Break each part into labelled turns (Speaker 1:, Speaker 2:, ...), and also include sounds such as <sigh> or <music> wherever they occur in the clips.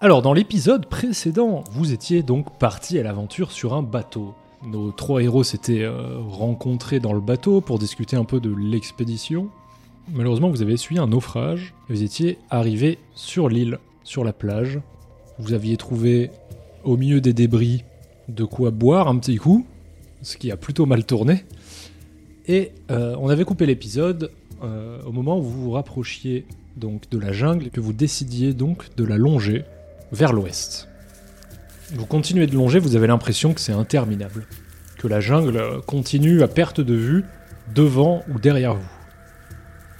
Speaker 1: Alors, dans l'épisode précédent, vous étiez donc partis à l'aventure sur un bateau. Nos trois héros s'étaient euh, rencontrés dans le bateau pour discuter un peu de l'expédition. Malheureusement, vous avez essuyé un naufrage et vous étiez arrivés sur l'île, sur la plage. Vous aviez trouvé au milieu des débris de quoi boire un petit coup, ce qui a plutôt mal tourné. Et euh, on avait coupé l'épisode euh, au moment où vous vous rapprochiez donc de la jungle et que vous décidiez donc de la longer vers l'ouest. Vous continuez de longer, vous avez l'impression que c'est interminable, que la jungle euh, continue à perte de vue devant ou derrière vous.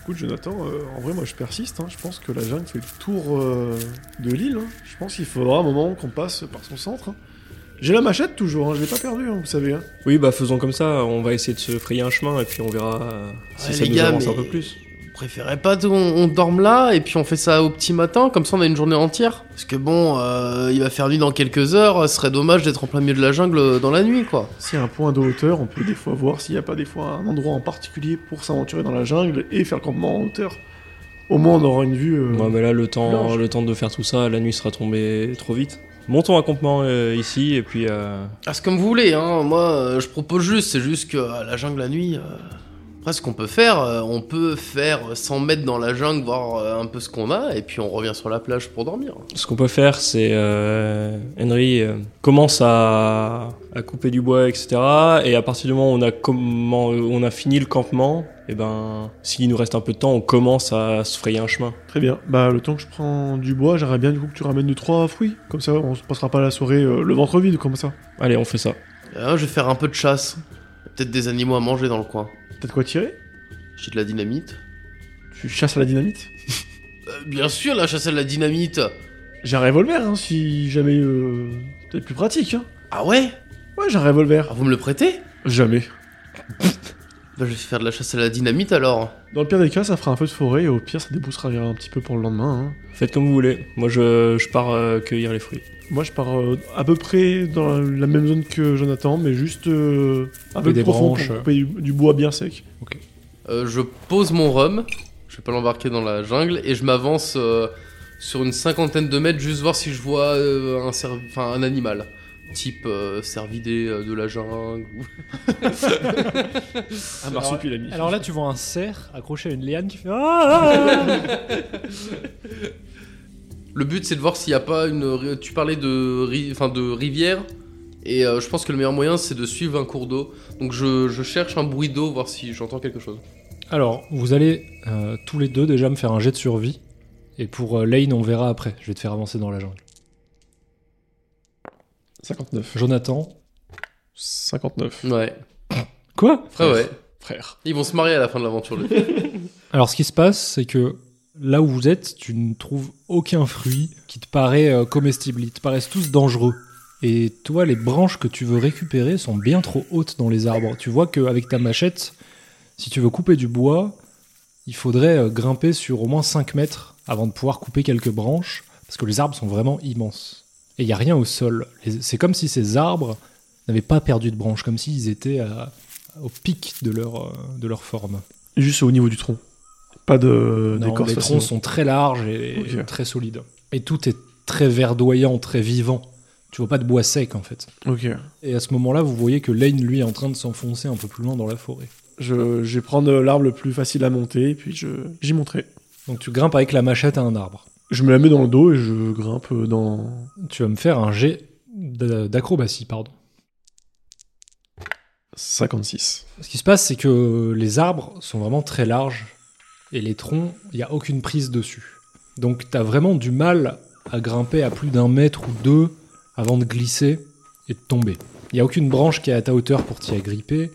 Speaker 2: Écoute, Jonathan, euh, en vrai, moi je persiste. hein. Je pense que la jungle fait le tour euh, de l'île. hein. Je pense qu'il faudra un moment qu'on passe par son centre. hein. J'ai la machette toujours, hein, je l'ai pas perdue, hein, vous savez. hein.
Speaker 3: Oui, bah faisons comme ça, on va essayer de se frayer un chemin et puis on verra euh, si
Speaker 4: Ouais,
Speaker 3: ça
Speaker 4: les
Speaker 3: nous
Speaker 4: gars,
Speaker 3: avance un
Speaker 4: mais-
Speaker 3: peu plus.
Speaker 4: Vous préférez pas qu'on on dorme là et puis on fait ça au petit matin, comme ça on a une journée entière Parce que bon, euh, il va faire nuit dans quelques heures, ce serait dommage d'être en plein milieu de la jungle euh, dans la nuit quoi.
Speaker 2: S'il y a un point de hauteur, on peut des fois voir s'il n'y a pas des fois un endroit en particulier pour s'aventurer dans la jungle et faire le campement en hauteur. Au moins, on aura une vue. euh,
Speaker 3: Ouais, mais bah, là, le temps,
Speaker 2: Blanche.
Speaker 3: le temps de faire tout ça, la nuit sera tombée trop vite. Montons un campement euh, ici et puis. euh,
Speaker 4: Ah, c'est comme vous voulez, hein. moi euh, je propose juste, c'est juste que euh, la jungle la nuit, euh, après ce qu'on peut faire, euh, on peut faire 100 mètres dans la jungle, voir euh, un peu ce qu'on a et puis on revient sur la plage pour dormir.
Speaker 3: Ce qu'on peut faire, c'est euh, Henry euh, commence à, à couper du bois, etc. Et à partir du moment où on a, comment, on a fini le campement, et ben, s'il nous reste un peu de temps, on commence à se frayer un chemin.
Speaker 2: Très bien. Bah, le temps que je prends du bois, j'aimerais bien du coup que tu ramènes deux trois fruits. Comme ça, on se passera pas la soirée euh, le ventre vide, comme ça.
Speaker 3: Allez, on fait ça.
Speaker 4: Euh, je vais faire un peu de chasse, peut-être des animaux à manger dans le coin.
Speaker 2: Peut-être quoi tirer
Speaker 4: J'ai de la dynamite.
Speaker 2: Tu chasses à la dynamite
Speaker 4: Euh, bien sûr, la chasse à la dynamite
Speaker 2: J'ai un revolver, hein, si jamais. euh, Peut-être plus pratique, hein.
Speaker 4: Ah ouais
Speaker 2: Ouais, j'ai un revolver.
Speaker 4: Ah, Vous me le prêtez
Speaker 2: Jamais.
Speaker 4: Bah, je vais faire de la chasse à la dynamite alors.
Speaker 2: Dans le pire des cas, ça fera un feu de forêt et au pire, ça déboussera un petit peu pour le lendemain. hein.
Speaker 3: Faites comme vous voulez. Moi, je, je pars euh, cueillir les fruits.
Speaker 2: Moi, je pars euh, à peu près dans la, la même zone que Jonathan, mais juste euh, un peu
Speaker 1: des
Speaker 2: profond
Speaker 1: branches.
Speaker 2: pour couper du, du bois bien sec.
Speaker 4: Euh, je pose mon rhum, je vais pas l'embarquer dans la jungle, et je m'avance euh, sur une cinquantaine de mètres juste voir si je vois euh, un, cerf- enfin, un animal. Type euh, cervidé euh, de la jungle. ou-
Speaker 2: Un marsupilami.
Speaker 1: Alors là, tu vois un cerf accroché à une liane qui fait. Ah
Speaker 4: Le but c'est de voir s'il n'y a pas une. ri- Tu parlais de, ri- enfin, de rivière, et euh, je pense que le meilleur moyen c'est de suivre un cours d'eau. Donc je, je cherche un bruit d'eau, voir si j'entends quelque chose.
Speaker 1: <laughs> Alors, vous allez euh, tous les deux déjà me faire un jet de survie. Et pour euh, Lane, on verra après. Je vais te faire avancer dans la jungle.
Speaker 2: 59.
Speaker 1: Jonathan.
Speaker 2: 59.
Speaker 4: Ouais,
Speaker 1: Quoi
Speaker 4: ouais, ouais.
Speaker 2: Frère.
Speaker 4: Ils vont se marier à la fin de l'aventure. le-
Speaker 1: Alors, ce qui se passe, c'est que là où vous êtes, tu ne trouves aucun fruit qui te paraît euh, comestible. Ils te paraissent tous dangereux. Et toi, les branches que tu veux récupérer sont bien trop hautes dans les arbres. Tu vois qu'avec ta machette, si tu veux couper du bois, il faudrait euh, grimper sur au moins 5 mètres avant de pouvoir couper quelques branches, parce que les arbres sont vraiment immenses. Et il n'y a rien au sol. Les- C'est comme si ces arbres n'avaient pas perdu de branches, comme s'ils étaient à- au pic de leur, euh, de leur forme.
Speaker 2: Juste au niveau du tronc. Pas de
Speaker 1: Non,
Speaker 2: d'écorce
Speaker 1: les
Speaker 2: facilement.
Speaker 1: troncs sont très larges et
Speaker 2: Ok.
Speaker 1: très solides. Et tout est très verdoyant, très vivant. Tu vois pas de bois sec en fait.
Speaker 2: Ok.
Speaker 1: Et à ce moment-là, vous voyez que Lane, lui, est en train de s'enfoncer un peu plus loin dans la forêt.
Speaker 2: Je, je vais prendre euh, l'arbre le plus facile à monter, puis je j'y monterai.
Speaker 1: Donc tu grimpes avec la machette à un arbre.
Speaker 2: Je me la mets dans le dos et je grimpe euh, dans.
Speaker 1: Tu vas me faire un jet d'a- d'acrobatie, pardon.
Speaker 2: 56.
Speaker 1: Ce qui se passe, c'est que les arbres sont vraiment très larges et les troncs, il n'y a aucune prise dessus. Donc t'as vraiment du mal à grimper à plus d'un mètre ou deux avant de glisser et de tomber. Il n'y a aucune branche qui est à ta hauteur pour t'y agripper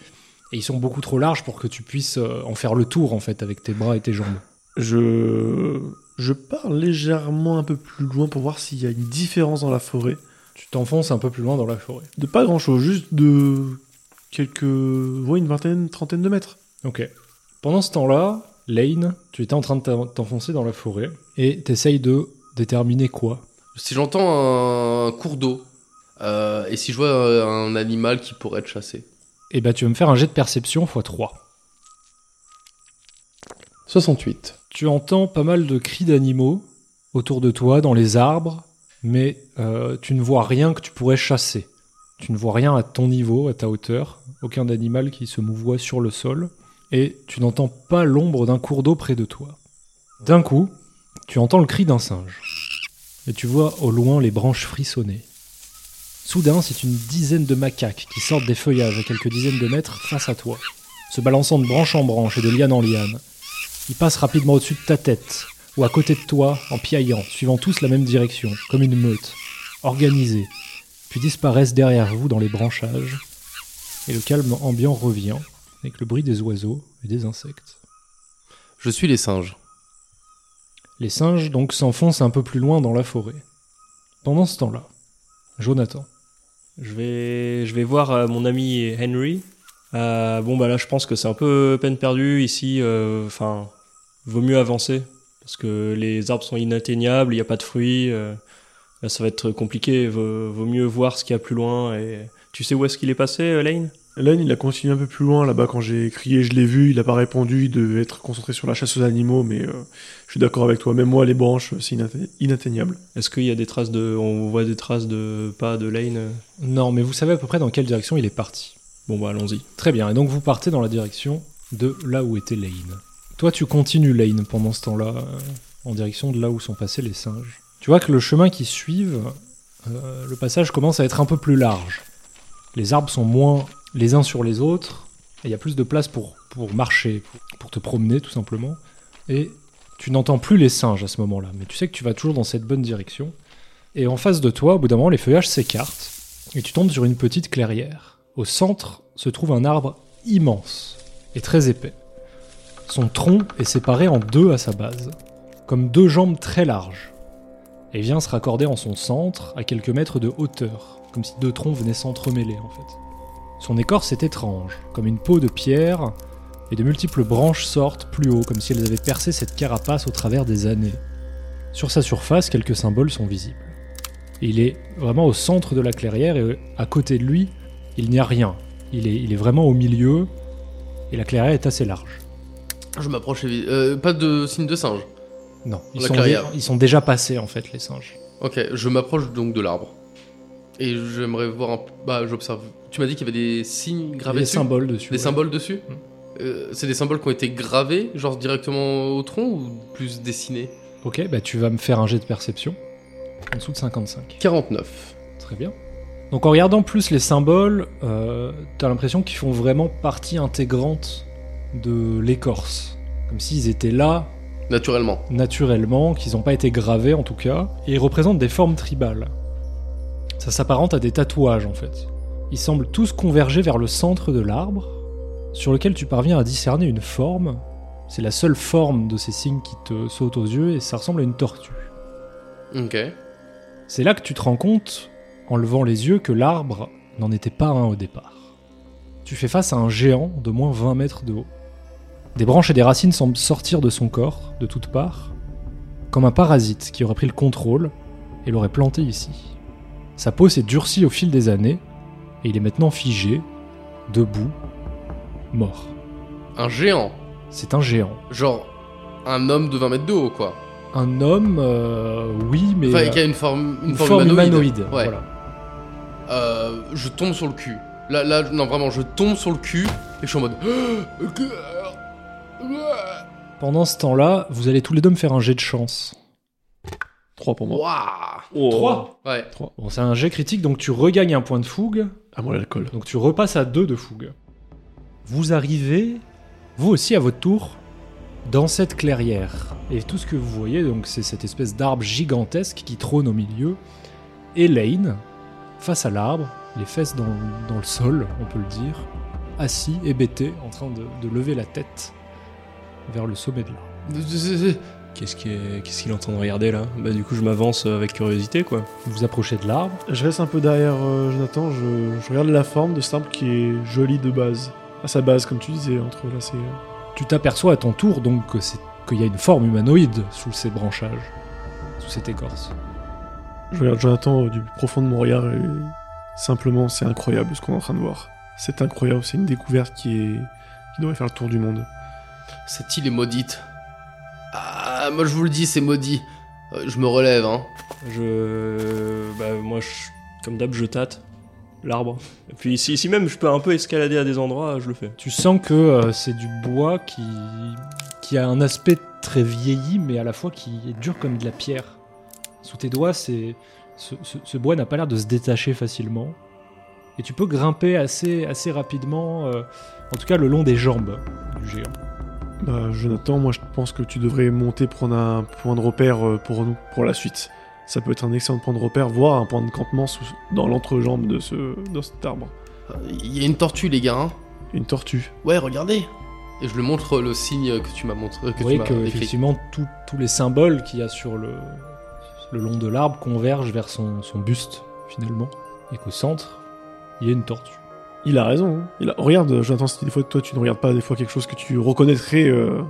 Speaker 1: et ils sont beaucoup trop larges pour que tu puisses euh, en faire le tour en fait avec tes bras et tes jambes.
Speaker 2: Je. Je pars légèrement un peu plus loin pour voir s'il y a une différence dans la forêt.
Speaker 1: Tu t'enfonces un peu plus loin dans la forêt.
Speaker 2: De pas grand chose, juste de. quelques. ouais, une vingtaine, trentaine de mètres.
Speaker 1: Ok. Pendant ce temps-là, Lane, tu étais en train de t'en- t'enfoncer dans la forêt et t'essayes de déterminer quoi
Speaker 4: Si j'entends un cours d'eau, euh, et si je vois euh, un animal qui pourrait être chassé.
Speaker 1: Eh ben, tu vas me faire un jet de perception x 3.
Speaker 2: 68.
Speaker 1: Tu entends pas mal de cris d'animaux autour de toi, dans les arbres, mais euh, tu ne vois rien que tu pourrais chasser. Tu ne vois rien à ton niveau, à ta hauteur, aucun animal qui se mouvoie sur le sol, et tu n'entends pas l'ombre d'un cours d'eau près de toi. D'un coup, tu entends le cri d'un singe, et tu vois au loin les branches frissonner. Soudain, c'est une dizaine de macaques qui sortent des feuillages à quelques dizaines de mètres face à toi, se balançant de branche en branche et de liane en liane. Ils passent rapidement au-dessus de ta tête, ou à côté de toi, en piaillant, suivant tous la même direction, comme une meute, organisée, puis disparaissent derrière vous dans les branchages, et le calme ambiant revient, avec le bruit des oiseaux et des insectes.
Speaker 4: Je suis les singes.
Speaker 1: Les singes donc s'enfoncent un peu plus loin dans la forêt. Pendant ce temps-là, Jonathan,
Speaker 3: Je vais, je vais voir euh, mon ami Henry. Euh, bon, bah là, je pense que c'est un peu peine perdue ici. euh, Enfin, vaut mieux avancer parce que les arbres sont inatteignables, il n'y a pas de fruits. euh, là, ça va être compliqué. Vaut, vaut mieux voir ce qu'il y a plus loin. Et tu sais où est-ce qu'il est passé, euh, Lane
Speaker 2: Lane, il a continué un peu plus loin là-bas quand j'ai crié, je l'ai vu, il n'a pas répondu, il devait être concentré sur la chasse aux animaux, mais euh, je suis d'accord avec toi, même moi, les branches, c'est inatte- inatteignable.
Speaker 3: Est-ce qu'il y a des traces de, on voit des traces de pas de Lane
Speaker 1: Non, mais vous savez à peu près dans quelle direction il est parti.
Speaker 3: Bon, bah allons-y.
Speaker 1: Très bien, et donc vous partez dans la direction de là où était Lane. Toi, tu continues Lane pendant ce temps-là, euh, en direction de là où sont passés les singes. Tu vois que le chemin qui suivent, euh, le passage commence à être un peu plus large. Les arbres sont moins les uns sur les autres, et il y a plus de place pour, pour marcher, pour, pour te promener tout simplement. Et tu n'entends plus les singes à ce moment-là, mais tu sais que tu vas toujours dans cette bonne direction. Et en face de toi, au bout d'un moment, les feuillages s'écartent, et tu tombes sur une petite clairière. Au centre se trouve un arbre immense et très épais. Son tronc est séparé en deux à sa base, comme deux jambes très larges, et vient se raccorder en son centre à quelques mètres de hauteur, comme si deux troncs venaient s'entremêler en fait. Son écorce est étrange, comme une peau de pierre, et de multiples branches sortent plus haut, comme si elles avaient percé cette carapace au travers des années. Sur sa surface, quelques symboles sont visibles. Il est vraiment au centre de la clairière et euh, à côté de lui, il n'y a rien. Il est, il est vraiment au milieu et la clairière est assez large.
Speaker 4: Je m'approche évi- euh, pas de signe de singe.
Speaker 1: Non, ils,
Speaker 4: La
Speaker 1: sont,
Speaker 4: clairière.
Speaker 1: dé- ils sont déjà passés en fait, les singes.
Speaker 4: Ok, je m'approche donc de l'arbre. Et j'aimerais voir un. p- Bah, j'observe. Tu m'as dit qu'il y avait des signes
Speaker 1: Il y a
Speaker 4: gravés
Speaker 1: des
Speaker 4: dessus
Speaker 1: symboles dessus.
Speaker 4: Des
Speaker 1: ouais.
Speaker 4: symboles dessus
Speaker 1: Hmm.
Speaker 4: Euh, C'est des symboles qui ont été gravés, genre directement au tronc ou plus dessinés
Speaker 1: Ok, bah tu vas me faire un jet de perception. En dessous de 55.
Speaker 4: 49.
Speaker 1: Très bien. Donc en regardant plus les symboles, euh, t'as l'impression qu'ils font vraiment partie intégrante de l'écorce. Comme s'ils étaient là
Speaker 4: Naturellement.
Speaker 1: naturellement, qu'ils n'ont pas été gravés en tout cas, et ils représentent des formes tribales. Ça s'apparente à des tatouages en fait. Ils semblent tous converger vers le centre de l'arbre, sur lequel tu parviens à discerner une forme. C'est la seule forme de ces signes qui te saute aux yeux et ça ressemble à une tortue.
Speaker 4: Ok.
Speaker 1: C'est là que tu te rends compte, en levant les yeux, que l'arbre n'en était pas un au départ. Tu fais face à un géant de moins 20 mètres de haut. Des branches et des racines semblent sortir de son corps, de toutes parts, comme un parasite qui aurait pris le contrôle et l'aurait planté ici. Sa peau s'est durcie au fil des années, et il est maintenant figé, debout, mort.
Speaker 4: Un géant.
Speaker 1: C'est un géant.
Speaker 4: Genre un homme de 20 mètres de haut, quoi.
Speaker 1: Un homme, euh, oui, mais
Speaker 4: Enfin,
Speaker 1: euh,
Speaker 4: qui a une forme, une
Speaker 1: une
Speaker 4: forme,
Speaker 1: forme humanoïde.
Speaker 4: humanoïde. Ouais.
Speaker 1: voilà.
Speaker 4: Euh, je tombe sur le cul. Là, là, non, vraiment, je tombe sur le cul et je suis en mode. <gasps>
Speaker 1: Pendant ce temps-là, vous allez tous les deux me faire un jet de chance.
Speaker 2: 3 pour moi.
Speaker 4: Waouh
Speaker 1: Trois.
Speaker 4: Ouais.
Speaker 1: Bon, c'est un jet critique, donc tu regagnes un point de fougue,
Speaker 2: À moi l'alcool.
Speaker 1: donc tu repasses à 2 de fougue. Vous arrivez, vous aussi à votre tour, dans cette clairière. Et tout ce que vous voyez, donc, c'est cette espèce d'arbre gigantesque qui trône au milieu. Et Lane, face à l'arbre, les fesses dans, dans le sol, on peut le dire, assis, hébété, en train de, de lever la tête vers le sommet de l'arbre.
Speaker 3: Qu'est-ce qu'il est- qu'est-ce qu'il est en train de regarder là Bah du coup je m'avance euh, avec curiosité quoi.
Speaker 1: Vous vous approchez de l'arbre.
Speaker 2: Je reste un peu derrière euh, Jonathan, je, je regarde la forme de cet arbre qui est jolie de base. À sa base, comme tu disais, entre là, c'est. euh,
Speaker 1: Tu t'aperçois à ton tour donc que c'est qu'il y a une forme humanoïde sous ces branchages, sous cette écorce.
Speaker 2: Je regarde Jonathan euh, du plus profond de mon regard et simplement, c'est incroyable ce qu'on est en train de voir. C'est incroyable, c'est une découverte qui est. qui devrait faire le tour du monde.
Speaker 4: Cette île est maudite. Ah, moi je vous le dis, c'est maudit. Euh, je me relève, hein.
Speaker 3: Je. Bah, moi, je- comme d'hab, je tâte l'arbre. Et puis, si, si même je peux un peu escalader à des endroits, je le fais.
Speaker 1: Tu sens que euh, c'est du bois qui... qui a un aspect très vieilli, mais à la fois qui est dur comme de la pierre. Sous tes doigts, c'est ce, ce- ce bois n'a pas l'air de se détacher facilement. Et tu peux grimper assez, assez rapidement, euh, en tout cas le long des jambes du géant.
Speaker 2: Bah, Jonathan, moi je pense que tu devrais monter prendre un point de repère euh, pour nous, pour la suite. Ça peut être un excellent point de repère, voire un point de campement sous- dans l'entrejambe de, ce, de cet arbre.
Speaker 4: Euh, Il y a une tortue, les gars, hein.
Speaker 2: Une tortue.
Speaker 4: Ouais, regardez. Et je lui montre le signe que tu m'as montré, que
Speaker 1: Vous voyez
Speaker 4: tu m'as
Speaker 1: que
Speaker 4: décrit.
Speaker 1: effectivement tout- tous les symboles qu'il y a sur le, le long de l'arbre convergent vers son, son buste finalement, et qu'au centre il y a une tortue.
Speaker 2: Il a raison. hein. Il a- Regarde, Jonathan, si des fois toi tu ne regardes pas des fois quelque chose que tu reconnaîtrais euh,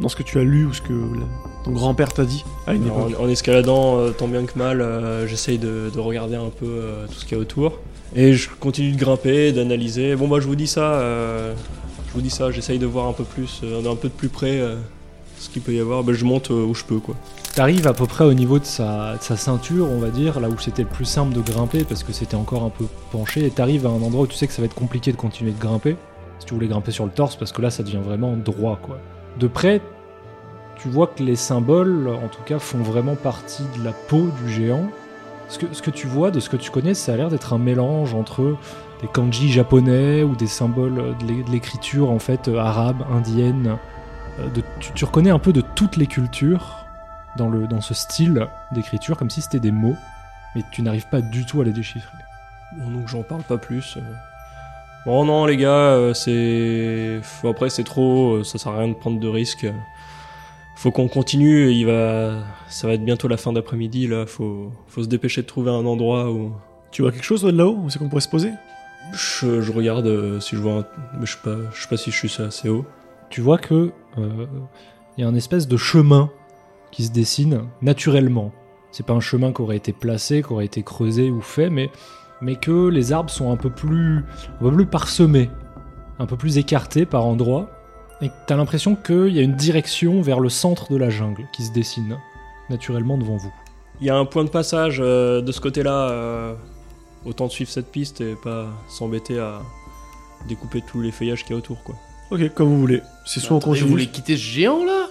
Speaker 2: dans ce que tu as lu ou ce que la- ton grand-père t'a dit à une
Speaker 3: Alors,
Speaker 2: époque.
Speaker 3: en, en escaladant euh, tant bien que mal, euh, j'essaye de, de regarder un peu euh, tout ce qu'il y a autour. Et je continue de grimper, d'analyser. Bon bah je vous dis ça, euh, je vous dis ça, j'essaye de voir un peu plus, euh, d'un peu de plus près euh, ce qu'il peut y avoir. Bah, je monte euh, où je peux quoi.
Speaker 1: T'arrives à peu près au niveau de sa, de sa ceinture, on va dire, là où c'était le plus simple de grimper parce que c'était encore un peu penché, et t'arrives à un endroit où tu sais que ça va être compliqué de continuer de grimper, si tu voulais grimper sur le torse, parce que là ça devient vraiment droit quoi. De près, tu vois que les symboles, en tout cas, font vraiment partie de la peau du géant. Ce que, ce que tu vois, de ce que tu connais, ça a l'air d'être un mélange entre des kanji japonais ou des symboles euh, de l'é- de l'écriture en fait euh, arabe, indienne. Euh, de- tu, tu reconnais un peu de toutes les cultures dans, le, dans ce style d'écriture, comme si c'était des mots, mais tu n'arrives pas du tout à les déchiffrer.
Speaker 3: Bon donc j'en parle pas plus. euh. Bon non les gars, euh, c'est faut- après c'est trop, euh, ça sert à rien de prendre de risques. Faut qu'on continue, il va, ça va être bientôt la fin d'après-midi là. Faut, faut se dépêcher de trouver un endroit où,
Speaker 2: Tu vois quelque chose toi, de là-haut où c'est qu'on pourrait se poser
Speaker 3: Je, je regarde euh, si je vois un... Mais je sais pas, je sais pas si je suis assez haut.
Speaker 1: Tu vois que euh, il y a un espèce de chemin qui se dessine naturellement. C'est pas un chemin qui aurait été placé, qui aurait été creusé ou fait, mais, mais que les arbres sont un peu plus, un peu plus parsemés, un peu plus écartés par endroits, et que t'as l'impression qu'il y a une direction vers le centre de la jungle qui se dessine naturellement devant vous.
Speaker 3: Il y a un point de passage euh, de ce côté-là. euh, autant suivre cette piste et pas s'embêter à découper tous les feuillages qu'il y a autour, quoi.
Speaker 2: Ok, comme vous voulez. C'est soit on
Speaker 4: Attendez, vous
Speaker 2: continue.
Speaker 4: voulez quitter ce géant là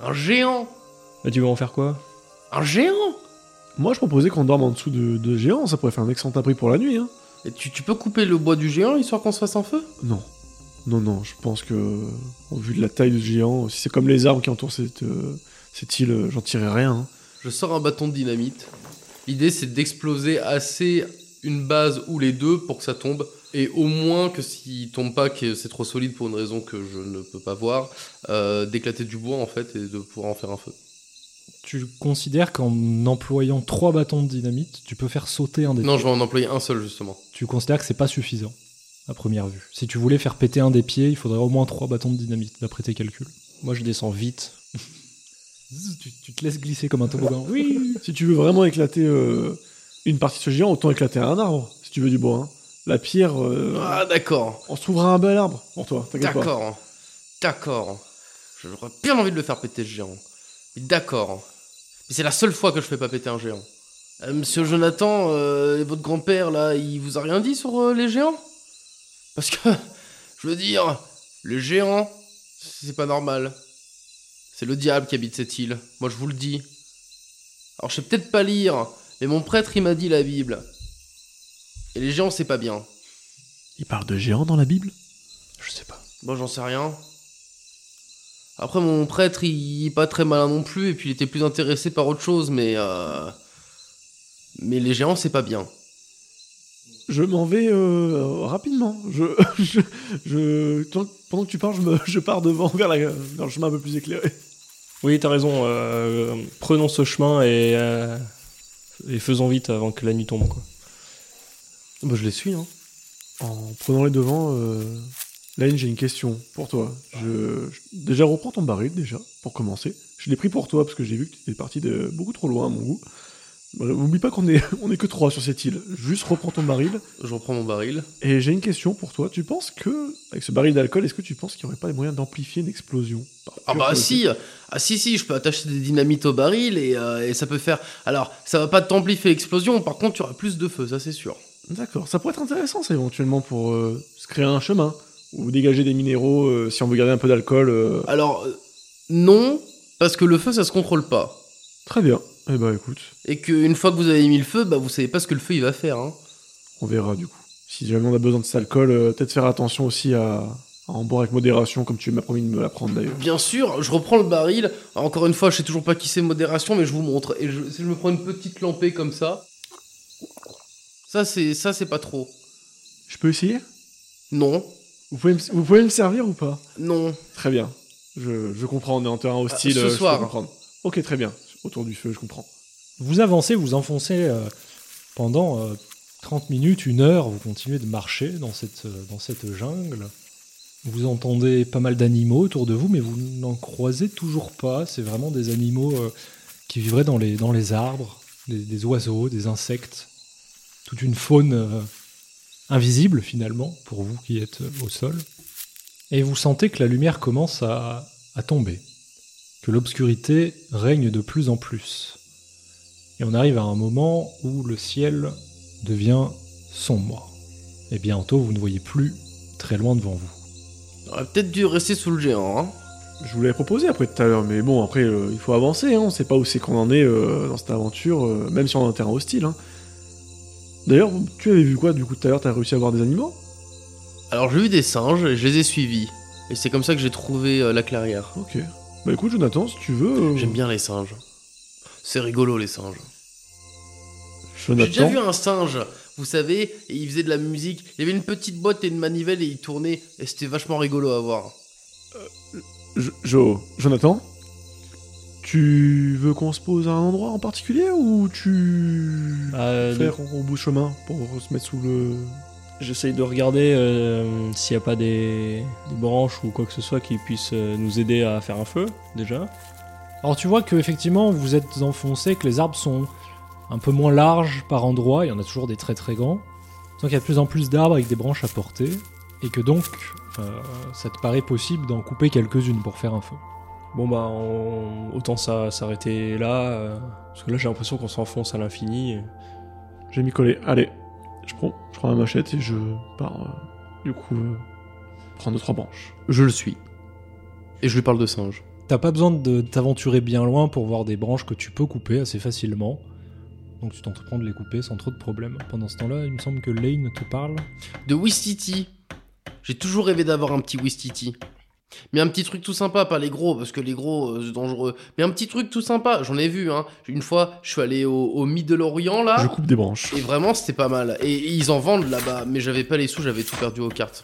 Speaker 4: Un géant
Speaker 3: Bah, tu veux en faire quoi
Speaker 4: Un géant
Speaker 2: Moi je proposais qu'on dorme en dessous de, de géants, ça pourrait faire un excellent abri pour la nuit. Hein.
Speaker 4: Et tu, tu peux couper le bois du géant histoire qu'on se fasse un feu
Speaker 2: Non. Non, non, je pense que, au vu de la taille du géant, si c'est comme les arbres qui entourent cette, euh, cette île, euh, j'en tirerai rien. hein.
Speaker 4: Je sors un bâton de dynamite. L'idée c'est d'exploser assez une base ou les deux pour que ça tombe. Et au moins que s'il tombe pas, que c'est trop solide pour une raison que je ne peux pas voir, euh, d'éclater du bois en fait et de pouvoir en faire un feu.
Speaker 1: Tu considères qu'en employant trois bâtons de dynamite, tu peux faire sauter un des
Speaker 4: Non, je vais en employer un seul justement.
Speaker 1: tu considères que c'est pas suffisant à première vue. Si tu voulais faire péter un des pieds, il faudrait au moins trois bâtons de dynamite, d'après tes calculs.
Speaker 3: Moi, je descends vite.
Speaker 1: Zzz, Tu, tu te laisses glisser comme un toboggan. Oui
Speaker 2: <laughs> Si tu veux vraiment éclater euh, une partie de ce géant, autant éclater un arbre, si tu veux du bois. hein. La pierre, euh,
Speaker 4: Ah d'accord,
Speaker 2: on se trouvera un bel arbre pour toi, t'inquiète pas.
Speaker 4: d'accord, d'accord. J'aurais bien envie de le faire péter ce géant. Mais D'accord. Mais c'est la seule fois que je fais pas péter un géant. Euh, Monsieur Jonathan, euh, votre grand-père là, il vous a rien dit sur euh, les géants Parce que, <laughs> je veux dire, le géant, c'est pas normal. C'est le diable qui habite cette île. Moi, je vous le dis. Alors, je sais peut-être pas lire, mais mon prêtre, il m'a dit la Bible. Et les géants, c'est pas bien.
Speaker 2: Il parle de géant dans la Bible
Speaker 3: Je sais pas.
Speaker 4: Bon, j'en sais rien. Après, mon prêtre, il il est pas très malin non plus, et puis il était plus intéressé par autre chose, mais. euh, Mais les géants, c'est pas bien.
Speaker 2: Je m'en vais euh, rapidement. Je, <laughs> je, je- tant- pendant que tu pars, je, me- <laughs> je pars devant vers, la- vers le chemin un peu plus éclairé.
Speaker 3: Oui, t'as raison. euh, prenons ce chemin et, euh, et faisons vite avant que la nuit tombe, quoi.
Speaker 4: Bah, je les suis, hein.
Speaker 2: En prenant les devants, euh, Lane, j'ai une question pour toi. Je, je- déjà, reprends ton baril, déjà, pour commencer. Je l'ai pris pour toi, parce que j'ai vu que tu étais parti de beaucoup trop loin, à mon goût. Euh, Oublie pas qu'on est, <laughs> on est que trois sur cette île. Juste reprends ton baril.
Speaker 4: Je reprends mon baril.
Speaker 2: Et j'ai une question pour toi. Tu penses que, avec ce baril d'alcool, est-ce que tu penses qu'il n'y aurait pas les moyens d'amplifier une explosion Par
Speaker 4: Ah bah
Speaker 2: curiosité.
Speaker 4: si, ah si si, je peux attacher des dynamites au baril et, euh, et ça peut faire. Alors, ça va pas t'amplifier l'explosion, par contre, tu auras plus de feu, ça c'est sûr.
Speaker 2: D'accord, ça pourrait être intéressant ça éventuellement pour euh, se créer un chemin ou dégager des minéraux euh, si on veut garder un peu d'alcool. euh.
Speaker 4: Alors euh, non, parce que le feu ça se contrôle pas
Speaker 2: Très bien. Eh ben écoute,
Speaker 4: et qu'une fois que vous avez mis le feu, bah vous savez pas ce que le feu il va faire. Hein.
Speaker 2: on verra du coup. Si jamais on a besoin de cet alcool, euh, peut-être faire attention aussi à, à en boire avec modération comme tu m'as promis de me l'apprendre d'ailleurs.
Speaker 4: Bien sûr, je reprends le baril. Encore une fois, je sais toujours pas qui c'est modération, mais je vous montre. Et je, si je me prends une petite lampée comme ça, ça c'est ça c'est pas trop.
Speaker 2: Je peux essayer
Speaker 4: Non,
Speaker 2: vous pouvez, me, vous pouvez me servir ou pas
Speaker 4: non.
Speaker 2: Très bien. Je, je comprends, on est en terrain hostile.
Speaker 4: ce
Speaker 2: euh, je peux
Speaker 4: soir.
Speaker 2: comprendre. Ok, très bien. Autour du feu, je comprends.
Speaker 1: Vous avancez, vous enfoncez euh, pendant euh, 30 minutes, une heure, vous continuez de marcher dans cette, euh, dans cette jungle. Vous entendez pas mal d'animaux autour de vous, mais vous n'en croisez toujours pas. C'est vraiment des animaux euh, qui vivraient dans les, dans les arbres, des, des oiseaux, des insectes, toute une faune euh, invisible finalement pour vous qui êtes euh, au sol. Et vous sentez que la lumière commence à- à tomber, que l'obscurité règne de plus en plus. Et on arrive à un moment où le ciel devient sombre. Et bientôt, vous ne voyez plus très loin devant vous.
Speaker 4: On aurait peut-être dû rester sous le géant. Hein.
Speaker 2: Je vous l'avais proposé après tout à l'heure, mais bon, après, euh, il faut avancer, hein, on sait pas où c'est qu'on en est euh, dans cette aventure, euh, même si on est en terrain hostile. hein. D'ailleurs, tu avais vu quoi du coup tout à l'heure T'as réussi à voir des animaux
Speaker 4: Alors j'ai vu des singes et je les ai suivis. Et c'est comme ça que j'ai trouvé euh, la clairière.
Speaker 2: Ok. Bah écoute, Jonathan, si tu veux. euh,
Speaker 4: J'aime bien les singes. C'est rigolo les singes. J'ai déjà
Speaker 2: Jonathan.
Speaker 4: vu un singe, vous savez, et il faisait de la musique. Il y avait une petite boîte et une manivelle et il tournait. Et c'était vachement rigolo à voir.
Speaker 2: Jo- Jo- Jonathan Tu veux qu'on se pose à un endroit en particulier ou tu.
Speaker 3: Euh,
Speaker 2: faire au bout de chemin pour se mettre sous le.
Speaker 3: J'essaye de regarder euh, s'il n'y a pas des, des branches ou quoi que ce soit qui puissent euh, nous aider à faire un feu, déjà.
Speaker 1: Alors tu vois que effectivement, vous êtes enfoncé, que les arbres sont un peu moins larges par endroits. Il y en a toujours des très très grands. Donc il y a de plus en plus d'arbres avec des branches à porter, et que donc euh, ça te paraît possible d'en couper quelques-unes pour faire un feu.
Speaker 3: Bon, bah, on- autant ça, s'arrêter là. euh, parce que là, j'ai l'impression qu'on s'enfonce à l'infini.
Speaker 2: J'ai mis collé. Allez, je prends, je prends ma machette et je pars. euh, du coup, euh, prendre deux, trois branches.
Speaker 4: Je le suis. Et je lui parle de singe.
Speaker 1: T'as pas besoin de t'aventurer bien loin pour voir des branches que tu peux couper assez facilement. Donc tu t'entreprends de les couper sans trop de problèmes. Pendant ce temps-là, il me semble que Lane te parle.
Speaker 4: De Wistiti. J'ai toujours rêvé d'avoir un petit Wistiti. Mais un petit truc tout sympa, pas les gros, parce que les gros, euh, c'est dangereux. Mais un petit truc tout sympa, j'en ai vu, hein. Une fois, je suis allé au, au Mid de l'Orient, là.
Speaker 2: Je coupe des branches.
Speaker 4: Et vraiment, c'était pas mal. Et ils en vendent là-bas, mais j'avais pas les sous, j'avais tout perdu aux cartes.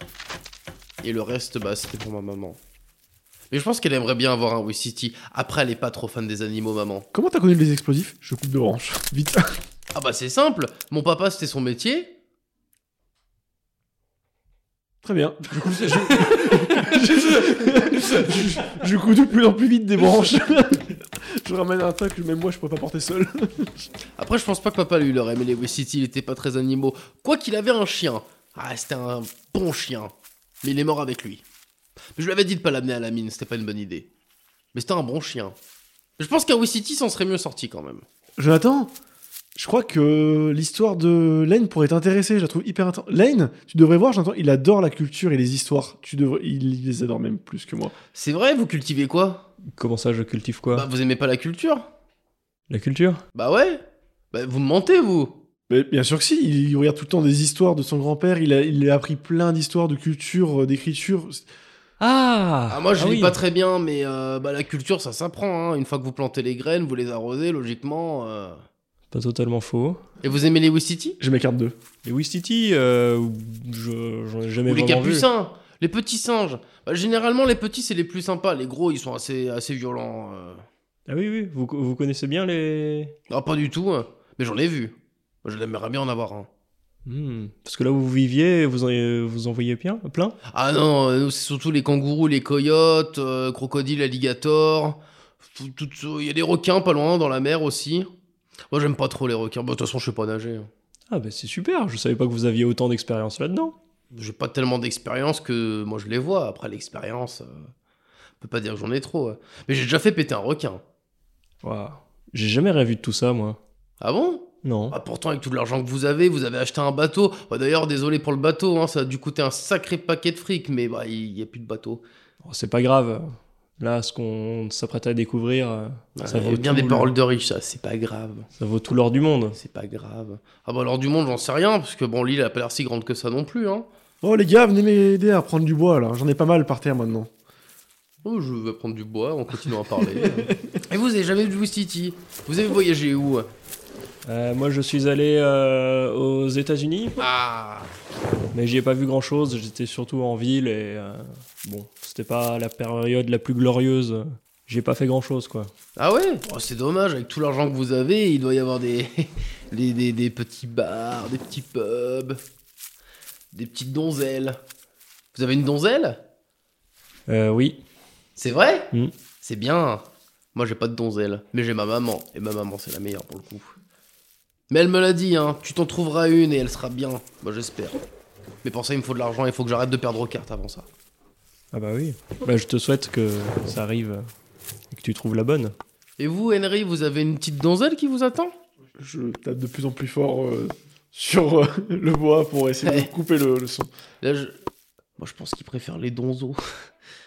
Speaker 4: Et le reste, bah, c'était pour ma maman. Mais je pense qu'elle aimerait bien avoir un Wistiti. Après, elle est pas trop fan des animaux, maman.
Speaker 2: Comment t'as connu les explosifs Je coupe deux branches. Vite.
Speaker 4: Ah bah, c'est simple. Mon papa, c'était son métier.
Speaker 2: Très bien. Je coupe, je... <laughs> je- je coupe de plus en plus vite des branches. je ramène un tas que même moi je pourrais pas porter seul.
Speaker 4: Après, je pense pas que papa lui l'aurait aimé les Wistiti, il était pas très animaux. Quoi qu'il avait un chien. Ah, c'était un bon chien. Mais il est mort avec lui. Mais je lui avais dit de pas l'amener à la mine, c'était pas une bonne idée. Mais c'était un bon chien. Je pense qu'un Wistiti s'en serait mieux sorti quand même.
Speaker 2: Jonathan, je crois que l'histoire de Lane pourrait t'intéresser. Je la trouve hyper intéressante. Lane, tu devrais voir, Jonathan, il adore la culture et les histoires. Tu devrais... Il les adore même plus que moi.
Speaker 4: C'est vrai, vous cultivez quoi
Speaker 3: Comment ça, je cultive quoi
Speaker 4: Bah, vous aimez pas la culture
Speaker 3: La culture
Speaker 4: Bah ouais Bah vous me mentez, vous
Speaker 2: Mais bien sûr que si, il il regarde tout le temps des histoires de son grand-père, il a, il a appris plein d'histoires de culture, euh, d'écriture.
Speaker 3: Ah
Speaker 4: Ah, moi je
Speaker 3: ah
Speaker 4: lis
Speaker 3: oui.
Speaker 4: pas très bien, mais euh, bah, la culture ça s'apprend. hein. Une fois que vous plantez les graines, vous les arrosez logiquement. euh.
Speaker 3: Pas totalement faux.
Speaker 4: Et vous aimez les Wistiti
Speaker 2: Je m'écarte d'eux.
Speaker 3: Les Wistiti, euh, je- j'en ai jamais
Speaker 4: Ou les
Speaker 3: vraiment vu.
Speaker 4: capucins Les petits singes Bah, Généralement les petits c'est les plus sympas, les gros ils sont assez, assez violents. euh.
Speaker 3: Ah oui, oui, vous, vous connaissez bien les...
Speaker 4: Ah pas du tout, hein. mais j'en ai vu. Moi, Je l'aimerais bien en avoir hein. un.
Speaker 3: Hmm, Parce que là où vous viviez, vous en, vous en voyez plein, plein
Speaker 4: Ah non, euh, nous, c'est surtout les kangourous, les coyotes, euh, crocodiles, alligators. tout- tout- Il y a des requins pas loin dans la mer aussi. Moi, j'aime pas trop les requins. Bah, De toute façon, je sais pas nager. hein.
Speaker 3: Ah bah c'est super, je savais pas que vous aviez autant d'expérience là-dedans.
Speaker 4: J'ai pas tellement d'expérience que moi, je les vois. Après, l'expérience, euh, on peut pas dire que j'en ai trop. ouais. Mais j'ai déjà fait péter un requin.
Speaker 3: Waouh. J'ai jamais rien vu de tout ça, moi.
Speaker 4: Ah bon
Speaker 3: Non.
Speaker 4: Bah, Pourtant, avec tout l'argent que vous avez, vous avez acheté un bateau. Bah, D'ailleurs, désolé pour le bateau, hein, ça a dû coûter un sacré paquet de fric, mais bah, il n'y a plus de bateau.
Speaker 3: Bon, Oh, c'est pas grave. Là, ce qu'on s'apprête à découvrir, euh, ça,
Speaker 4: Ouais,
Speaker 3: vaut
Speaker 4: bien
Speaker 3: tout
Speaker 4: des
Speaker 3: le-
Speaker 4: paroles de riches, ça, c'est pas grave.
Speaker 3: ça vaut tout l'or du monde.
Speaker 4: C'est pas grave. Ah bah alors du monde, j'en sais rien, parce que bon, l'île elle a pas l'air si grande que ça non plus, hein.
Speaker 2: Oh les gars, venez m'aider à prendre du bois là. J'en ai pas mal par terre maintenant.
Speaker 4: Oh, je vais prendre du bois en continuant à parler.
Speaker 3: <laughs>
Speaker 4: Et vous avez jamais vu Blue City Vous avez voyagé où
Speaker 3: Euh, moi, je suis allé euh, aux États-Unis,
Speaker 4: Ah
Speaker 3: mais j'y ai pas vu grand-chose. J'étais surtout en ville et euh, bon, c'était pas la période la plus glorieuse. J'y ai pas fait grand-chose, quoi.
Speaker 4: Ah ouais Oh, C'est dommage, avec tout l'argent que vous avez, il doit y avoir des, <laughs> des, des, des petits bars, des petits pubs, des petites donzelles. Vous avez une donzelle
Speaker 3: Euh, oui.
Speaker 4: C'est vrai
Speaker 3: Mm.
Speaker 4: C'est bien. Moi, j'ai pas de donzelle, mais j'ai ma maman. Et ma maman, c'est la meilleure pour le coup. Mais elle me l'a dit, hein. Tu t'en trouveras une et elle sera bien. Moi, j'espère. Mais pour ça, il me faut de l'argent. Il faut que j'arrête de perdre aux cartes avant ça.
Speaker 3: Ah bah oui. Bah, je te souhaite que ça arrive et que tu trouves la bonne.
Speaker 4: Et vous, Henry, vous avez une petite donzelle qui vous attend
Speaker 2: Je tape de plus en plus fort euh, sur euh, <laughs> le bois pour essayer de couper le, le son.
Speaker 4: Là, je... Moi, je pense qu'il préfère les donzos.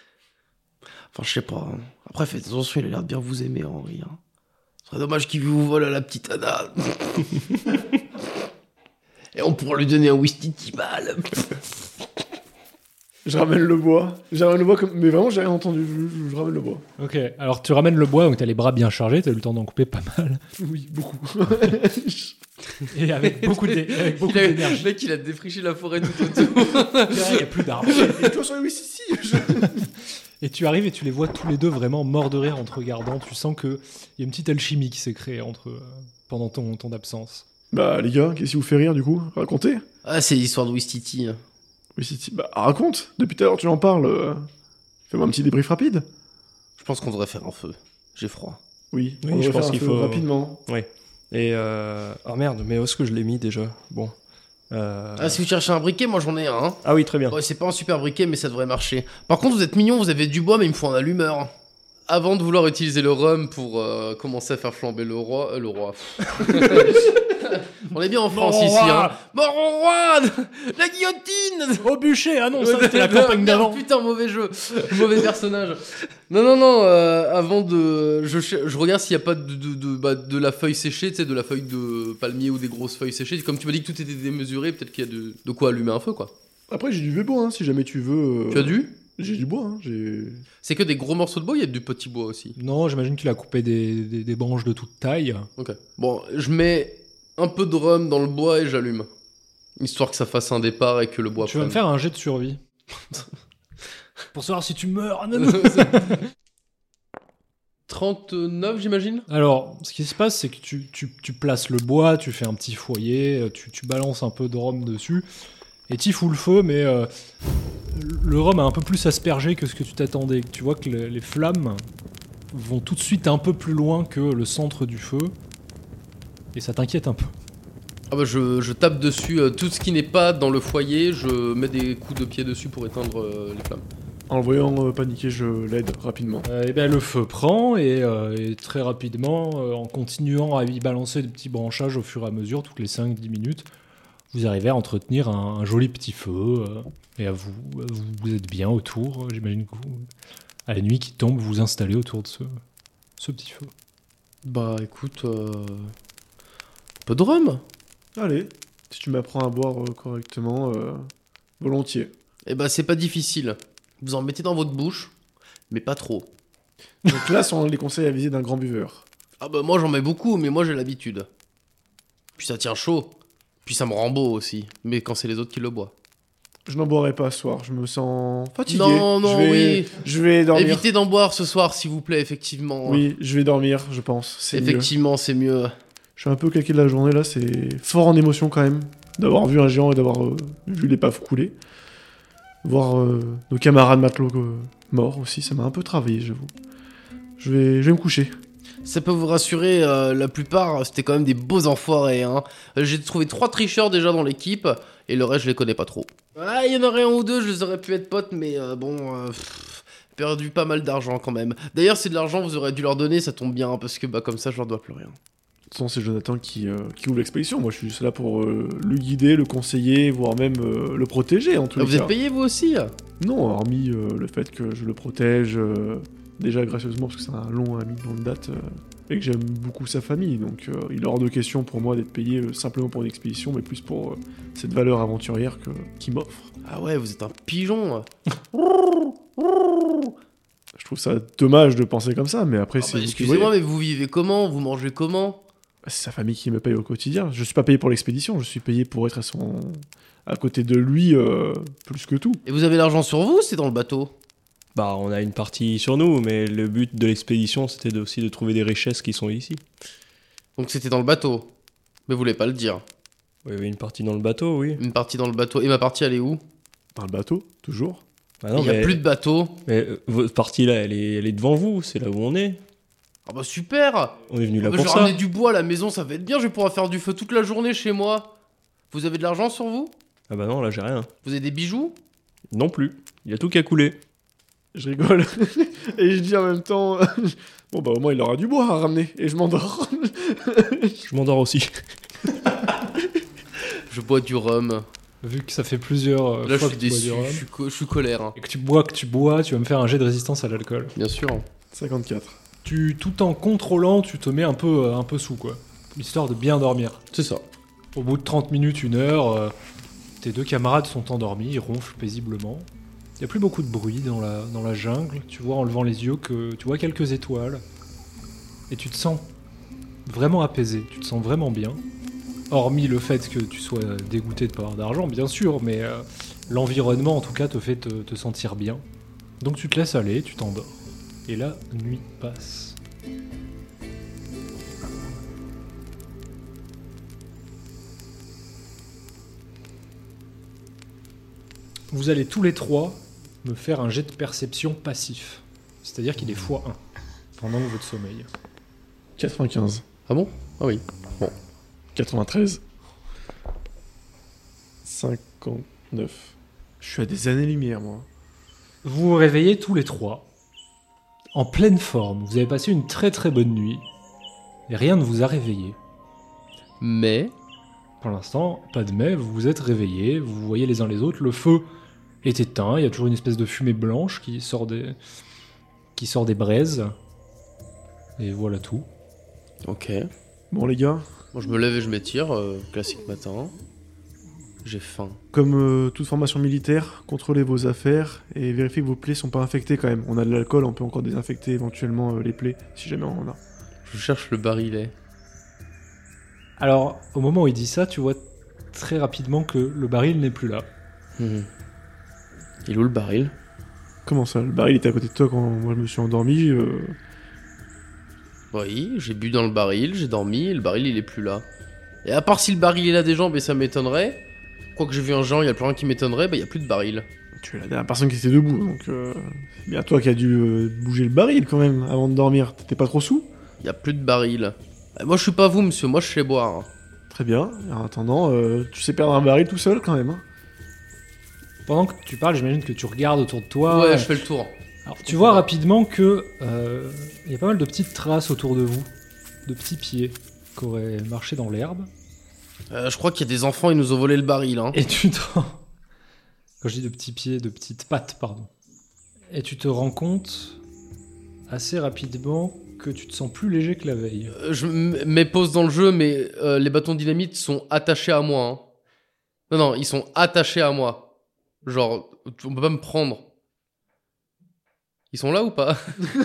Speaker 4: <laughs> enfin, je sais pas. hein. Après, faites attention, il a l'air de bien vous aimer, Henri. Hein. Ce serait dommage qu'il vous vole à la petite Anna. <laughs> Et on pourra lui donner un Wistiti mal.
Speaker 2: Je ramène le bois. Je ramène le bois comme. Mais vraiment, j'ai rien entendu. Je, je- je ramène le bois.
Speaker 1: Ok, alors tu ramènes le bois, donc t'as les bras bien chargés, t'as eu le temps d'en couper pas mal.
Speaker 2: Oui, beaucoup.
Speaker 1: <laughs> Et avec beaucoup <laughs> d'é- avec <laughs> beaucoup d'énergie.
Speaker 4: mec, il a défriché la forêt tout autour.
Speaker 1: Il y a plus d'arbres.
Speaker 2: <laughs> Et toi, sur le- oui, si, si, je-
Speaker 1: Et tu arrives et tu les vois tous les deux vraiment morts de rire en te regardant. Tu sens qu'il y a une petite alchimie qui s'est créée entre eux, euh, pendant ton, ton absence.
Speaker 2: Bah, les gars, qu'est-ce qui vous fait rire du coup Racontez.
Speaker 4: ah, c'est l'histoire de Wistiti. hein.
Speaker 2: Oui, si, si. Bah, raconte. Depuis tout à l'heure, tu en parles. euh. Fais-moi un petit débrief rapide.
Speaker 4: Je pense qu'on devrait faire un feu. J'ai froid.
Speaker 2: Oui,
Speaker 3: Oui,
Speaker 2: on
Speaker 3: je
Speaker 2: devrait
Speaker 3: pense
Speaker 2: faire un
Speaker 3: qu'il
Speaker 2: feu
Speaker 3: faut-
Speaker 2: Rapidement.
Speaker 3: Et euh... oh merde, mais où est-ce que je l'ai mis déjà Bon. Euh,
Speaker 4: Ah, si vous cherchez un briquet, moi j'en ai un. hein.
Speaker 3: ah oui, très bien.
Speaker 4: Ouais, c'est pas un super briquet, mais ça devrait marcher. Par contre, vous êtes mignon, vous avez du bois, mais il me faut un allumeur. Avant de vouloir utiliser le rhum pour euh, commencer à faire flamber le roi. euh, le roi. <laughs> On est bien en France
Speaker 1: Mon
Speaker 4: ici.
Speaker 1: roi
Speaker 4: Hein. Mort au roi
Speaker 1: <laughs>
Speaker 4: La guillotine
Speaker 1: Au bûcher Ah <laughs> non, ça
Speaker 4: Ouais,
Speaker 1: c'était la
Speaker 4: merde,
Speaker 1: campagne
Speaker 4: merde,
Speaker 1: d'avant
Speaker 4: Putain, mauvais jeu, mauvais personnage. Non, non, non. euh, avant de, je, cher- je regarde s'il n'y a pas de de, de- bah, de la feuille séchée, tu sais, de la feuille de palmier ou des grosses feuilles séchées. Comme tu m'as dit que tout était démesuré, peut-être qu'il y a de, de quoi allumer un feu, quoi.
Speaker 2: Après, j'ai du bois, hein, si jamais tu veux. euh,
Speaker 4: Tu as dû
Speaker 2: J'ai du bois, hein. J'ai.
Speaker 4: C'est que des gros morceaux de bois, il y a du petit bois aussi.
Speaker 1: Non, j'imagine qu'il a coupé des, des, des branches de toute taille.
Speaker 4: Ok. Bon, je mets un peu de rhum dans le bois et j'allume. Histoire que ça fasse un départ et que le bois
Speaker 1: tu vas me
Speaker 4: prenne.
Speaker 1: faire un jet de survie. Oh, Pour savoir si tu meurs. Ah, non, <laughs> non.
Speaker 4: <laughs> 39, j'imagine
Speaker 1: Alors, ce qui se passe, c'est que tu, tu- tu places le bois, tu fais un petit foyer, euh, tu, tu balances un peu de rhum dessus, et tu fous le feu, mais euh, le rhum a un peu plus aspergé que ce que tu t'attendais. Tu vois que le- les flammes vont tout de suite un peu plus loin que le centre du feu, et ça t'inquiète un peu.
Speaker 4: Ah bah je, je tape dessus euh, tout ce qui n'est pas dans le foyer, je mets des coups de pied dessus pour éteindre euh, les flammes.
Speaker 2: En le voyant euh, paniquer, je l'aide rapidement.
Speaker 1: Euh, et ben, le feu prend, et, euh, et très rapidement, euh, en continuant à y balancer des petits branchages au fur et à mesure, toutes les 5-10 minutes, vous arrivez à entretenir un, un joli petit feu, euh, et à vous, à vous, vous êtes bien autour, euh, j'imagine que vous, à la nuit qui tombe, vous vous installez autour de ce, ce petit feu.
Speaker 4: Bah écoute, euh... peu de rhum
Speaker 2: Allez, si tu m'apprends à boire euh, correctement, euh, volontiers.
Speaker 4: Eh bah c'est pas difficile. Vous en mettez dans votre bouche, mais pas trop.
Speaker 2: Donc là, sont les conseils avisés d'un grand buveur.
Speaker 4: Ah bah moi j'en mets beaucoup, mais moi j'ai l'habitude. Puis ça tient chaud. Puis ça me rend beau aussi. Mais quand c'est les autres qui le boivent.
Speaker 2: Je n'en boirai pas ce soir, je me sens fatigué.
Speaker 4: Non, non,
Speaker 2: je vais,
Speaker 4: oui.
Speaker 2: Je vais dormir.
Speaker 4: Évitez d'en boire ce soir, s'il vous plaît, effectivement.
Speaker 2: Oui, je vais dormir, je pense. C'est mieux.
Speaker 4: effectivement, c'est mieux.
Speaker 2: Je suis un peu claqué de la journée là, c'est fort en émotion quand même d'avoir vu un géant et d'avoir euh, vu l'épave couler. Voir euh, nos camarades matelots euh, morts aussi, ça m'a un peu travaillé, j'avoue. Je vais, je vais me coucher.
Speaker 4: Ça peut vous rassurer, euh, la plupart, c'était quand même des beaux enfoirés. Hein. Euh, J'ai trouvé trois tricheurs déjà dans l'équipe, et le reste, je les connais pas trop. Ah, il y en aurait un ou deux, je les aurais pu être potes, mais euh, bon... euh, pff, perdu pas mal d'argent quand même. D'ailleurs, c'est de l'argent, vous aurez dû leur donner, ça tombe bien, parce que bah, comme ça, je leur dois plus rien.
Speaker 2: De toute façon, c'est Jonathan qui, euh, qui ouvre l'expédition. Moi, je suis juste là pour euh, le guider, le conseiller, voire même euh, le protéger en tout
Speaker 4: Ah,
Speaker 2: les
Speaker 4: vous êtes
Speaker 2: cas.
Speaker 4: payé vous aussi
Speaker 2: Non, hormis euh, le fait que je le protège, euh, déjà gracieusement, parce que c'est un long ami de longue date, euh, et que j'aime beaucoup sa famille. Donc, euh, il est hors de question pour moi d'être payé euh, simplement pour une expédition, mais plus pour euh, cette valeur aventurière que- qu'il m'offre.
Speaker 4: Ah ouais, vous êtes un pigeon.
Speaker 2: Je trouve ça dommage de penser comme ça, mais après,
Speaker 4: Ah
Speaker 2: c'est
Speaker 4: bah,
Speaker 2: vous qui
Speaker 4: Excusez-moi,
Speaker 2: voyez.
Speaker 4: mais vous vivez comment Vous mangez comment
Speaker 2: C'est sa famille qui me paye au quotidien. Je suis pas payé pour l'expédition, je suis payé pour être à son à côté de lui euh, plus que tout.
Speaker 4: Et vous avez l'argent sur vous C'est dans le bateau.
Speaker 3: Bah, on a une partie sur nous, mais le but de l'expédition, c'était de- aussi de trouver des richesses qui sont ici.
Speaker 4: Donc c'était dans le bateau. Mais vous voulez pas le dire.
Speaker 3: Il y avait une partie dans le bateau, oui.
Speaker 4: Une partie dans le bateau. Et ma partie, elle est où
Speaker 2: Dans le bateau, toujours.
Speaker 3: Bah
Speaker 4: Il
Speaker 3: non,
Speaker 4: y a
Speaker 3: mais,
Speaker 4: plus de bateau.
Speaker 3: mais, euh, votre partie là, elle est, elle est devant vous, c'est là où on est.
Speaker 4: Ah bah super
Speaker 3: On est venu là
Speaker 4: Bah, Je vais
Speaker 3: pour ça.
Speaker 4: ramener du bois à la maison, ça va être bien, je vais pouvoir faire du feu toute la journée chez moi. Vous avez de l'argent sur vous
Speaker 3: Ah bah non, là j'ai rien.
Speaker 4: Vous avez des bijoux
Speaker 3: Non plus. Il y a tout qui a coulé.
Speaker 2: Je rigole. <laughs> et je dis en même temps, <laughs> bon bah au moins il aura du bois à ramener. Et je <laughs> m'endors.
Speaker 3: Je m'endors aussi. <laughs>
Speaker 4: Je bois du rhum.
Speaker 1: Vu que ça fait plusieurs euh,
Speaker 4: Là, je
Speaker 1: fois
Speaker 4: suis
Speaker 1: que tu bois
Speaker 4: déçu,
Speaker 1: du rhum,
Speaker 4: je suis, co- je suis colère. hein.
Speaker 1: et que tu bois, que tu bois, tu vas me faire un jet de résistance à l'alcool.
Speaker 4: Bien sûr.
Speaker 2: 54.
Speaker 1: Tu, tout en contrôlant, tu te mets un peu, euh, un peu sous, quoi. Histoire de bien dormir.
Speaker 4: C'est ça.
Speaker 1: Au bout de 30 minutes, une heure, euh, tes deux camarades sont endormis, ils ronflent paisiblement. Il n'y a plus beaucoup de bruit dans la, dans la jungle. Tu vois en levant les yeux que tu vois quelques étoiles. Et tu te sens vraiment apaisé, tu te sens vraiment bien. Hormis le fait que tu sois dégoûté de pas avoir d'argent, bien sûr, mais euh, l'environnement en tout cas te fait te, te sentir bien. Donc tu te laisses aller, tu t'endors. Et la nuit passe. Vous allez tous les trois me faire un jet de perception passif. C'est-à-dire qu'il est x1 pendant votre sommeil.
Speaker 2: 95.
Speaker 4: Ah bon Ah oui.
Speaker 2: 93. 59. Je suis à des années-lumière, moi.
Speaker 1: Vous vous réveillez tous les trois, en pleine forme. Vous avez passé une très très bonne nuit. Et rien ne vous a réveillé.
Speaker 4: Mais
Speaker 1: Pour l'instant, pas de mais, vous vous êtes réveillés, vous vous voyez les uns les autres, le feu est éteint, il y a toujours une espèce de fumée blanche qui sort des, qui sort des braises. Et voilà tout.
Speaker 4: Ok.
Speaker 2: Bon, les gars,
Speaker 4: Moi, je me lève et je m'étire, euh, classique matin. J'ai faim.
Speaker 2: comme euh, toute formation militaire, contrôlez vos affaires et vérifiez que vos plaies sont pas infectées quand même. On a de l'alcool, on peut encore désinfecter éventuellement euh, les plaies si jamais on en a.
Speaker 4: Je cherche le eh. barillet.
Speaker 1: Alors, au moment où il dit ça, tu vois très rapidement que le baril n'est plus là.
Speaker 4: Il est où le baril
Speaker 2: Comment ça Le baril était à côté de toi quand moi je me suis endormi. euh,
Speaker 4: Oui, j'ai bu dans le baril, j'ai dormi, et le baril il est plus là. Et à part si le baril est là des gens, mais ça m'étonnerait. Quoique j'ai vu un genre, il y a plus rien qui m'étonnerait, bah il y a plus de baril.
Speaker 2: Tu es la dernière personne qui était debout, donc euh, c'est bien toi qui as dû euh, bouger le baril quand même avant de dormir. T'étais pas trop sous
Speaker 4: Il y a plus de baril. Eh, moi je suis pas vous monsieur, moi je sais boire. hein.
Speaker 2: Très bien. Et En attendant, euh, tu sais perdre un baril tout seul quand même. hein.
Speaker 1: Pendant que tu parles, j'imagine que tu regardes autour de toi.
Speaker 4: ouais, je fais le tour.
Speaker 1: Alors, tu vois rapidement que euh, il y a pas mal de petites traces autour de vous, de petits pieds qui auraient marché dans l'herbe.
Speaker 4: Euh, je crois qu'il y a des enfants, ils nous ont volé le baril. Hein.
Speaker 1: Et tu te rends- Quand je dis de petits pieds, de petites pattes, pardon. Et tu te rends compte assez rapidement que tu te sens plus léger que la veille.
Speaker 4: Euh, Je m- mets pause dans le jeu, mais euh, les bâtons de dynamite sont attachés à moi. hein. Non, non, ils sont attachés à moi. Genre, tu- on peut pas me prendre. Ils sont là ou pas <laughs>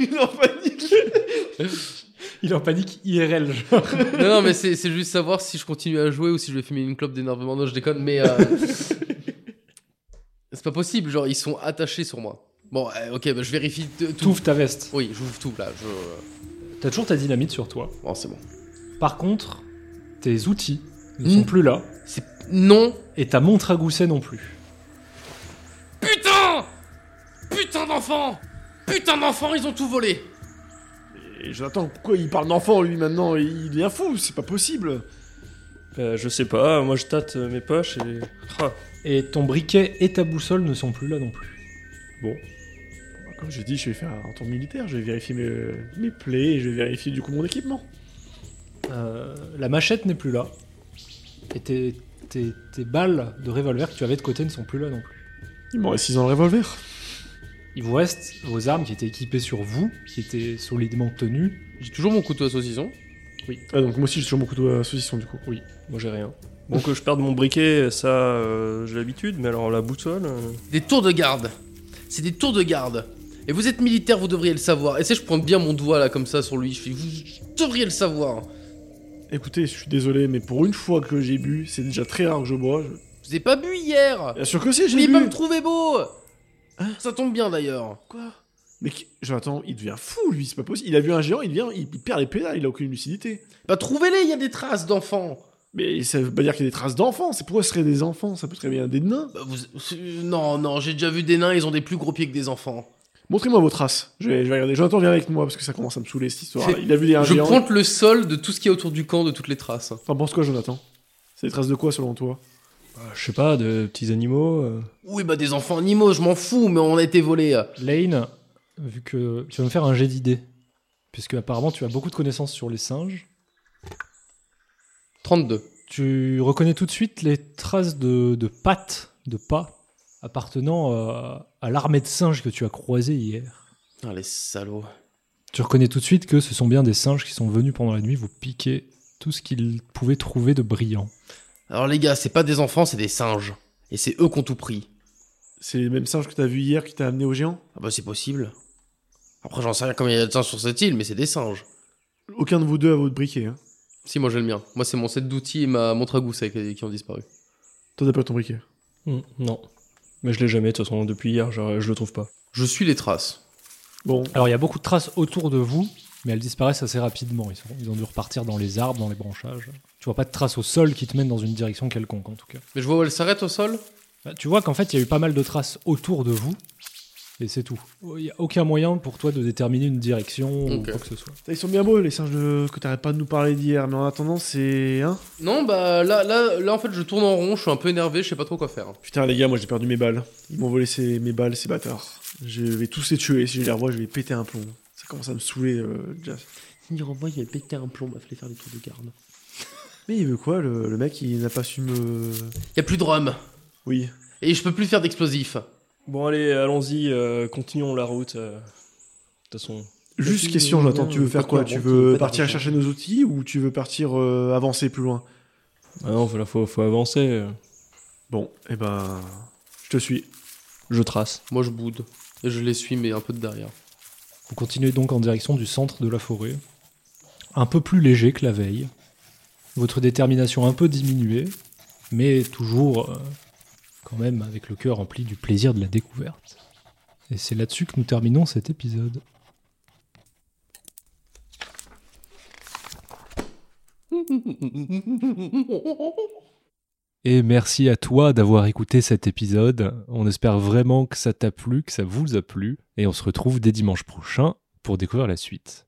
Speaker 2: Il est en panique.
Speaker 1: Il est en panique IRL, genre.
Speaker 4: Non, non, mais c'est c'est juste savoir si je continue à jouer ou si je vais fumer une clope d'énervement. Non, je déconne, mais. euh, c'est pas possible, genre, ils sont attachés sur moi. Bon, euh, ok, bah, je vérifie t- tout.
Speaker 1: T'ouvres ta veste.
Speaker 4: Oui, j'ouvre tout là. Je...
Speaker 1: T'as toujours ta dynamite sur toi.
Speaker 4: Bon, c'est bon.
Speaker 1: Par contre, tes outils ne
Speaker 4: Mm.
Speaker 1: sont plus là.
Speaker 4: C'est- Non
Speaker 1: Et ta montre à gousset non plus.
Speaker 4: Putain Putain d'enfant Putain d'enfant, ils ont tout volé
Speaker 2: Et Jonathan, pourquoi il parle d'enfant lui maintenant Il devient fou, c'est pas possible.
Speaker 3: Euh, je sais pas, moi je tâte euh, mes poches et. Ah,
Speaker 1: Et ton briquet et ta boussole ne sont plus là non plus.
Speaker 3: bon.
Speaker 2: Comme j'ai dit, je vais faire un tour militaire, je vais vérifier mes, mes plaies, et je vais vérifier du coup mon équipement.
Speaker 1: Euh, la machette n'est plus là. Et tes, tes- tes balles de revolver que tu avais de côté ne sont plus là non plus.
Speaker 2: Il m'en reste 6 ans le revolver.
Speaker 1: Il vous reste vos armes qui étaient équipées sur vous, qui étaient solidement tenues.
Speaker 4: J'ai toujours mon couteau à saucisson.
Speaker 2: Ah, donc moi aussi j'ai toujours mon couteau à saucisson du coup. Oui.
Speaker 3: Moi j'ai rien. Donc euh, je perds de mon briquet, ça euh, j'ai l'habitude, mais alors la boussole. euh,
Speaker 4: Des tours de garde. C'est des tours de garde. Et vous êtes militaire, vous devriez le savoir. Et c'est, je pointe bien mon doigt là comme ça sur lui. Je fais, vous vous devriez le savoir.
Speaker 2: Écoutez, je suis désolé, mais pour une fois que j'ai bu, c'est déjà très rare que je bois. je-
Speaker 4: Je vous ai pas bu hier.
Speaker 2: Bien sûr que si,
Speaker 4: Vous
Speaker 2: j'ai
Speaker 4: n'allez
Speaker 2: bu.
Speaker 4: pas me trouver beau. Ça tombe bien d'ailleurs.
Speaker 2: Quoi Mais qui- Jonathan, il devient fou lui, c'est pas possible. Il a vu un géant, il devient, il il perd les pédales, il a aucune lucidité.
Speaker 4: Bah trouvez-les, il y a des traces d'enfants.
Speaker 2: Mais ça veut pas dire qu'il y a des traces d'enfants. C'est pourquoi ce serait des enfants Ça peut très bien être des nains.
Speaker 4: Bah, vous- euh, Non, non, j'ai déjà vu des nains, ils ont des plus gros pieds que des enfants.
Speaker 2: Montrez-moi vos traces. Je vais, je vais regarder. Jonathan, viens avec moi parce que ça commence à me saouler cette histoire.
Speaker 4: C'est-
Speaker 2: Il a vu des un
Speaker 4: je
Speaker 2: géant.
Speaker 4: pointe le sol de tout ce qui est autour du camp, de toutes les traces.
Speaker 2: T'en penses quoi, Jonathan C'est des traces de quoi selon toi
Speaker 3: bah, je sais pas, de petits animaux. euh.
Speaker 4: Oui, bah des enfants animaux, je m'en fous, mais on a été volés.
Speaker 1: Lane, vu que tu vas me faire un jet d'idées, puisque apparemment tu as beaucoup de connaissances sur les singes,
Speaker 4: 32.
Speaker 1: tu reconnais tout de suite les traces de, de pattes, de pas, appartenant à, à l'armée de singes que tu as croisé hier.
Speaker 4: Ah, les salauds.
Speaker 1: Tu reconnais tout de suite que ce sont bien des singes qui sont venus pendant la nuit vous piquer tout ce qu'ils pouvaient trouver de brillant.
Speaker 4: Alors les gars, c'est pas des enfants, c'est des singes. Et c'est eux qui ont tout pris.
Speaker 2: C'est les mêmes singes que t'as vu hier qui t'a amené au géant
Speaker 4: Ah bah c'est possible. Après j'en sais rien combien il y a de singes sur cette île, mais c'est des singes.
Speaker 2: Aucun de vous deux à votre briquet. Hein.
Speaker 4: Si, moi j'ai le mien. Moi c'est mon set d'outils et ma montre à gousset qui qui ont disparu.
Speaker 2: Toi, t'as pas ton briquet.
Speaker 3: Hmm, non. Mais je l'ai jamais, de toute façon, depuis hier, je, je le trouve pas.
Speaker 4: Je suis les traces.
Speaker 2: Bon,
Speaker 1: Alors il y a beaucoup de traces autour de vous, mais elles disparaissent assez rapidement. Ils, sont- ils ont dû repartir dans les arbres, dans les branchages. Tu vois pas de traces au sol qui te mènent dans une direction quelconque en tout cas.
Speaker 4: Mais je vois où elle s'arrête au sol
Speaker 1: Bah, tu vois qu'en fait il y a eu pas mal de traces autour de vous, et c'est tout. Il y a aucun moyen pour toi de déterminer une direction ou
Speaker 4: Ok.
Speaker 1: quoi que ce soit.
Speaker 2: Putain, ils sont bien beaux les singes de... que t'arrêtes pas de nous parler d'hier, mais en attendant, c'est. Hein
Speaker 4: Non, bah là, là, là en fait je tourne en rond, je suis un peu énervé, je sais pas trop quoi faire.
Speaker 2: Putain, les gars, moi j'ai perdu mes balles. Ils m'ont volé ces- mes balles, ces bâtards. Je vais tous les tuer. Si je les revois, je vais péter un plomb. Ça commence à me saouler, euh, déjà.
Speaker 4: Il renvoie, il a pété un plomb, il fallait faire des tours de garde.
Speaker 2: Mais il veut quoi, le, le mec Il n'a pas su me.
Speaker 4: Y a plus de rhum.
Speaker 2: Oui.
Speaker 4: Et je peux plus faire d'explosifs.
Speaker 3: Bon, allez, allons-y, euh, continuons la route. euh. De toute façon,
Speaker 2: Juste
Speaker 3: Vas-y,
Speaker 2: question,
Speaker 3: euh,
Speaker 2: Jonathan,
Speaker 3: bien,
Speaker 2: tu veux
Speaker 3: euh,
Speaker 2: faire
Speaker 3: pas
Speaker 2: quoi
Speaker 3: de
Speaker 2: Tu
Speaker 3: route,
Speaker 2: veux
Speaker 3: pas de
Speaker 2: partir
Speaker 3: route.
Speaker 2: chercher nos outils ou tu veux partir euh, avancer plus loin
Speaker 3: ah non, faut, faut, faut avancer. euh.
Speaker 2: Bon, eh ben. Je te suis.
Speaker 3: Je trace.
Speaker 4: Moi je boude. Et je les suis, mais un peu de derrière. <laughs>
Speaker 1: Vous continuez donc en direction du centre de la forêt, un peu plus léger que la veille, votre détermination un peu diminuée, mais toujours euh, quand même avec le cœur rempli du plaisir de la découverte. Et c'est là-dessus que nous terminons cet épisode. Et merci à toi d'avoir écouté cet épisode. On espère vraiment que ça t'a plu, que ça vous a plu. Et on se retrouve dès dimanche prochain pour découvrir la suite.